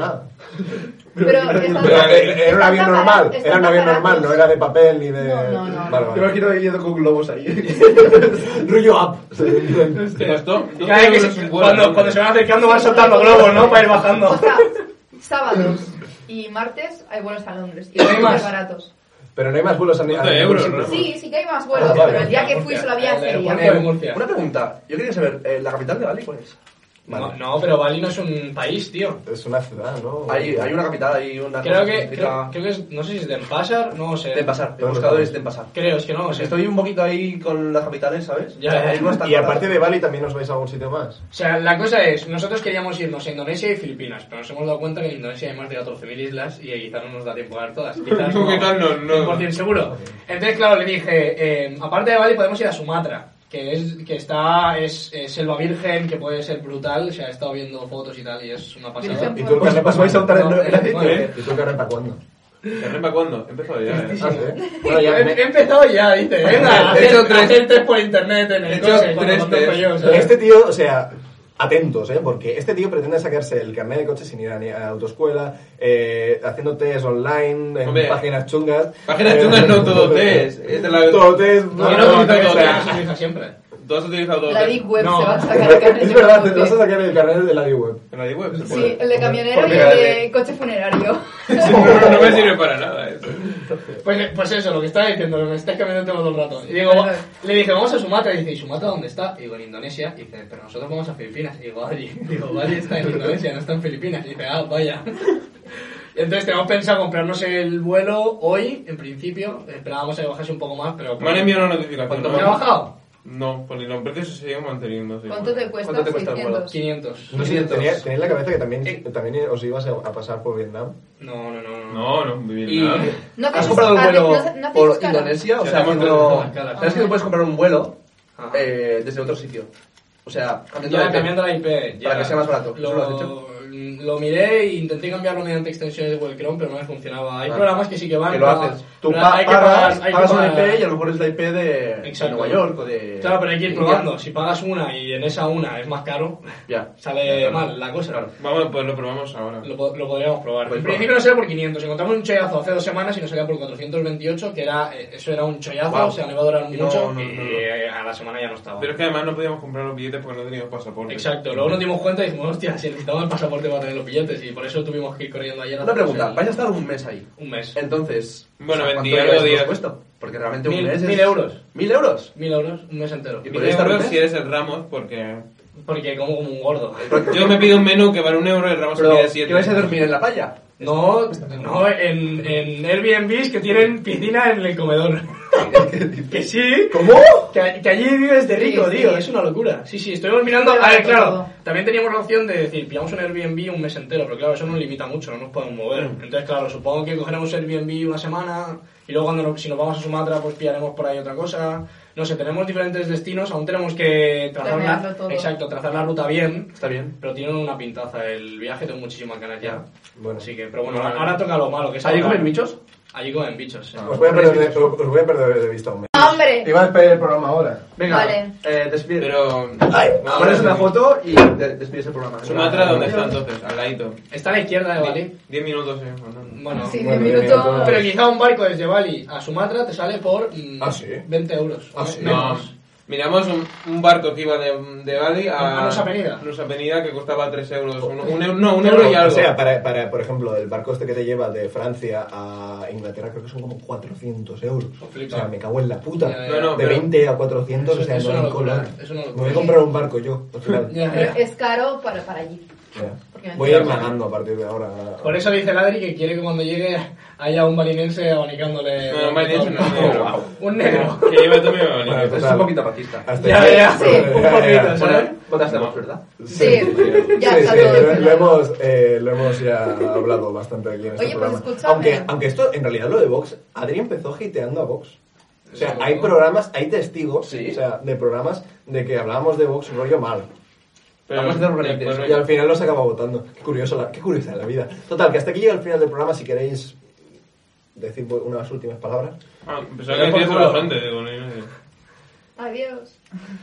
S1: Ah.
S3: Pero,
S1: Pero era un avión normal, era un avión normal, no era de papel ni de...
S3: No, no, no, no.
S1: Vale, vale.
S5: imagino yendo con globos ahí.
S1: Rollo up.
S5: ¿Esto?
S2: Cada vez que se- cuando, cuando se van acercando van soltando globos, ¿no? Para ir
S3: O
S2: bajando.
S3: sea, sábados y martes hay vuelos a Londres. Y
S2: No hay
S3: son súper
S2: más.
S3: baratos.
S1: Pero no hay más vuelos a ni- a
S5: Doce
S1: nivel
S5: euros,
S1: simple.
S5: ¿no?
S3: Sí, sí que hay más vuelos,
S1: Ah, vale.
S3: pero el día que fui solo había
S2: El
S3: ese día.
S2: aeropuerto de Murcia.
S4: Una pregunta. Yo quería saber, eh, ¿la capital de Bali cuál es?
S2: No, no, pero Bali no es un país, tío.
S1: Es una ciudad, ¿no?
S4: Hay, hay una capital, hay una...
S2: Creo
S4: cosa
S2: que, creo,
S4: Ah, pues significa-
S2: creo que es, no sé si es Denpasar, no sé.
S4: Denpasar. El
S1: Todos
S4: buscador
S1: los
S4: es Denpasar.
S2: Creo, es que no lo sé.
S4: Estoy un poquito ahí con las capitales, ¿sabes?
S2: Ya, ya.
S4: Ahí no está
S1: Y
S4: nada.
S1: aparte de Bali también os vais a algún sitio más.
S2: O sea, la cosa es, nosotros queríamos irnos a Indonesia y Filipinas, pero nos hemos dado cuenta que en Indonesia hay más de 14.000 islas y quizás no nos da tiempo a ver todas. Quizás
S5: No, quizás no, no.
S2: 100% seguro. Entonces, claro, le dije, eh, aparte de Bali podemos ir a Sumatra, que es que está es, es selva virgen, que puede ser brutal, o sea, he estado viendo fotos y tal y es una pasada.
S3: Virgen.
S1: ¿Y tú, Carrepa,
S4: Os vais a untar el,
S2: No,
S4: el aceite,
S2: eh,
S4: ¿eh?
S1: ¿Y tú, Carrepa, cuándo?
S5: ¿Rempa cuándo? He empezado ya, eh.
S1: Ah, sí.
S2: Bueno, ya he, he empezado ya, dice, venga,
S5: He hecho
S2: hacer,
S5: tres.
S2: hacer tres por internet en
S5: He
S2: el
S5: hecho
S2: coche, cuando
S5: tres
S2: condujo
S5: test.
S2: yo, o sea.
S1: Este tío, o sea, atentos, ¿eh? Porque este tío pretende sacarse el carnet de coche sin ir a ni a autoescuela, eh, haciendo test online, en
S5: Hombre,
S1: páginas chungas.
S5: páginas
S1: Eh,
S5: chungas no, todo test. Es de la-
S1: Todo test,
S2: No,
S1: no,
S2: no,
S1: no,
S2: no,
S1: o sea,
S2: se utiliza siempre.
S5: ¿Tú has utilizado todo?
S3: La Big Web
S2: No.
S3: se va a sacar el carnet
S1: Es
S3: de
S1: verdad, te
S3: conducir.
S1: vas a sacar el carnet de la D-Web.
S5: ¿En la de web? Pues, se
S3: Sí,
S5: puede.
S3: el de camionero y
S5: Porque
S3: el
S5: la
S3: de coche funerario.
S5: No, pues, no, no me sirve para nada eso.
S2: Pues, pues eso, lo que estaba diciendo, me estáis cambiando el tema todo el rato. Y digo,
S3: Ajá.
S2: le dije, vamos a Sumatra. Y dice, ¿y Sumatra dónde está? Y digo, en Indonesia. Y dice, pero nosotros vamos a Filipinas. Y digo, Bali. Digo, Bali está en Indonesia, no está en Filipinas. Y dice, ah, vaya. Y entonces tenemos pensado comprarnos el vuelo hoy, en principio. Esperábamos a que bajase un poco más, pero...
S5: Me han enviado una notificación.
S2: ¿Cuánto me ha bajado?
S5: No, porque los precios se siguen manteniendo. sí.
S3: ¿Cuánto te cuesta?
S4: ¿Cuánto te cuesta el
S3: 600.
S2: 500.
S1: No sé, tenía, tenía en la cabeza que también, también os ibas a, a pasar por Vietnam.
S2: Eh. No, no, no. no.
S5: No, no, muy bien.
S4: Y-
S5: nada.
S3: No
S4: ¿Has
S3: pienses-
S4: comprado un
S3: ah,
S4: vuelo
S3: no- no
S4: por
S3: pienses, claro.
S4: Indonesia? O
S5: Ya
S4: sea,
S5: estamos
S4: haciendo-
S2: con la cara.
S4: ¿Sabes que tú puedes comprar un vuelo
S2: Ajá.
S4: eh, desde otro sitio? O sea, cambiando
S2: Ya,
S4: de-
S2: cambiando la IP. Ya.
S4: Para que sea más barato. ¿Eso
S2: Lo,
S4: lo has hecho?
S2: lo miré e intenté cambiarlo mediante extensiones de Google Chrome, pero no me funcionaba. Hay
S4: Ah.
S2: programas que sí que van.
S4: Que lo
S2: para-
S4: haces. Tú
S2: para-
S4: pa-
S2: hay que
S4: pagas,
S2: pagar- hay que
S4: pagas una
S2: pagar.
S4: IP y a lo mejor es la IP de, de
S2: Exacto.
S4: Nueva York o de...
S2: Claro, pero hay que ir
S4: India.
S2: probando. Si pagas una y en esa una es más caro,
S4: Ya.
S2: sale
S4: Claro.
S2: mal la cosa.
S4: Claro.
S5: Vamos, pues lo probamos ahora.
S2: Lo, po- lo podríamos probar.
S4: Pues
S2: en
S4: probar.
S2: principio no sale por 500. Encontramos un chollazo hace dos semanas y nos salía por 428, que era eh, eso era un chollazo,
S4: Guau.
S2: o sea, no iba a durar
S4: No,
S2: mucho.
S4: no, no,
S2: y
S4: no.
S2: eh, a la semana ya no estaba.
S5: Pero es que además no podíamos comprar los billetes porque no teníamos pasaporte.
S2: Exacto, luego nos dimos cuenta y dijimos, hostia, si necesitamos el pasaporte para tener los billetes y por eso tuvimos que ir corriendo ayer. a
S4: Una
S2: hacernos
S4: pregunta.
S2: el-
S4: ¿Vais a estar un mes ahí?
S2: Un mes.
S4: Entonces...
S5: Bueno,
S4: ¿cuánto
S5: 20
S4: lleváis
S5: días.
S4: de presupuesto? Porque realmente
S2: Mil-
S4: un mes es...
S2: mil euros.
S4: ¿Mil euros?
S2: Mil euros, un mes entero.
S4: Y
S5: Mil
S4: ¿Podéis darme?
S5: euros si eres el Ramos, porque
S2: Porque como como un gordo.
S5: yo me pido un menú que vale un euro y el Ramos se
S4: Pero,
S5: pide
S4: ¿qué
S5: siete.
S4: vais a dormir en la playa?
S2: No, no, en, en Airbnbs que tienen piscina en el comedor. que sí.
S1: ¿Cómo?
S2: Que, a- que allí vives de rico,
S3: Sí, sí.
S2: tío. Es una locura. Sí, sí, estuvimos mirando.
S3: Sí,
S2: A ver,
S3: vale
S2: claro.
S3: todo.
S2: También teníamos la opción de decir, pillamos un Airbnb un mes entero, pero claro, eso nos limita mucho, no nos podemos mover. Entonces, claro, supongo que cogeremos Airbnb una semana y luego cuando nos- si nos vamos a Sumatra, pues pillaremos por ahí otra cosa. No sé, tenemos diferentes destinos, aún tenemos que trazar
S3: Planearlo
S2: la,
S3: todo.
S2: exacto, trazar la ruta bien.
S4: Está bien.
S2: Pero tienen una pintaza el viaje, tengo muchísimas ganas ya.
S1: Bueno.
S2: Así que, pero bueno, ahora, ahora toca lo malo, que es
S4: ¿Allí
S2: ahorrar.
S4: comen bichos?
S2: Allí comen bichos. sí.
S1: Os voy a perder de, os voy a perder de vista un mes.
S3: Ah, ¡Hombre! vale.
S1: Te iba a despedir el programa ahora.
S5: Venga.
S3: Vale.
S1: Eh, despide.
S5: Pero.
S1: Ay,
S5: No,
S1: ahora es
S5: no,
S1: una
S5: no.
S1: foto y de- despides el programa.
S5: Sumatra, ¿dónde está entonces? Al ladito.
S2: Está a la izquierda de Bali.
S5: 10 minutos, eh. andando.
S2: Bueno,
S3: Sí,
S1: Bueno,
S3: de minuto.
S1: bien,
S2: pero quizá un barco desde Bali a Sumatra te sale por mm,
S1: Ah, sí.
S2: 20 euros.
S1: Ah, sí.
S5: No. Miramos un, un barco que iba de, de Bali a.
S2: A Nusa Penida.
S5: Nusa Penida, que costaba 3 euros. Un, un euro- no, un euro y
S1: o
S5: algo.
S1: sea, para, para, por ejemplo, el barco este que te lleva de Francia a Inglaterra creo que son como 400 euros. O sea, me cago en la puta.
S2: Ya,
S5: ya. No, no,
S1: de
S5: pero-
S1: 20 a 400,
S2: Eso-
S1: o sea,
S2: eso
S1: no
S2: no
S1: hay
S2: lo
S1: cola.
S2: cobran, eso no lo
S1: Me voy a
S2: cobran.
S1: comprar un barco yo, al final.
S2: Ya,
S3: Pero
S2: ya.
S3: es caro para, para allí.
S1: Ya.
S3: Porque me
S1: Voy a ir
S3: entero.
S1: pagando a partir de ahora.
S2: Por eso dice Ladri que quiere que cuando llegue haya un balinense abanicándole.
S5: No, no, me ha dicho no, un euro.
S2: Un negro.
S5: Que lleva tú mismo,
S1: Bueno,
S5: vale.
S1: total.
S4: Es un poquito pacista.
S1: Hasta
S2: Ya,
S1: aquí-
S2: ya,
S3: sí,
S2: un poquito,
S1: ya.
S2: ¿sabes?
S4: Bueno, votaste ¿verdad?
S3: Sí, ya
S1: Sí,
S3: está
S1: sí, lo,
S3: todo
S1: lo
S3: decidido.
S1: hemos, eh, lo hemos ya hablado bastante aquí en este
S3: Oye, pues
S1: programa.
S3: escúchame.
S1: aunque, aunque esto, en realidad lo de Vox, Adri empezó hateando a Vox. O sea, hay programas, hay testigos
S4: Sí.
S1: o sea, de programas de que hablábamos de Vox rollo mal.
S5: Pero-
S4: Vamos a hacer un reality.
S5: después
S1: Y al final los acaba votando. Qué curioso la, qué curiosa la vida. Total, que hasta aquí llega el final del programa. Si queréis decir unas últimas palabras.
S5: Ah, pensaba que decías la gente, digo, no, no, no.
S3: Adiós.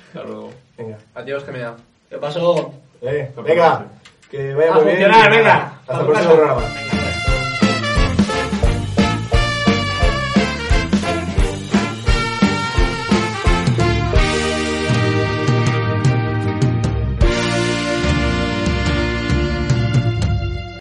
S5: Hasta luego.
S1: Venga.
S4: Adiós, que me da.
S2: ¿Qué pasó?
S1: Eh, venga. Que vaya
S2: A
S1: muy bien.
S2: funcionar, venga.
S1: Hasta el próximo programa.
S2: Venga.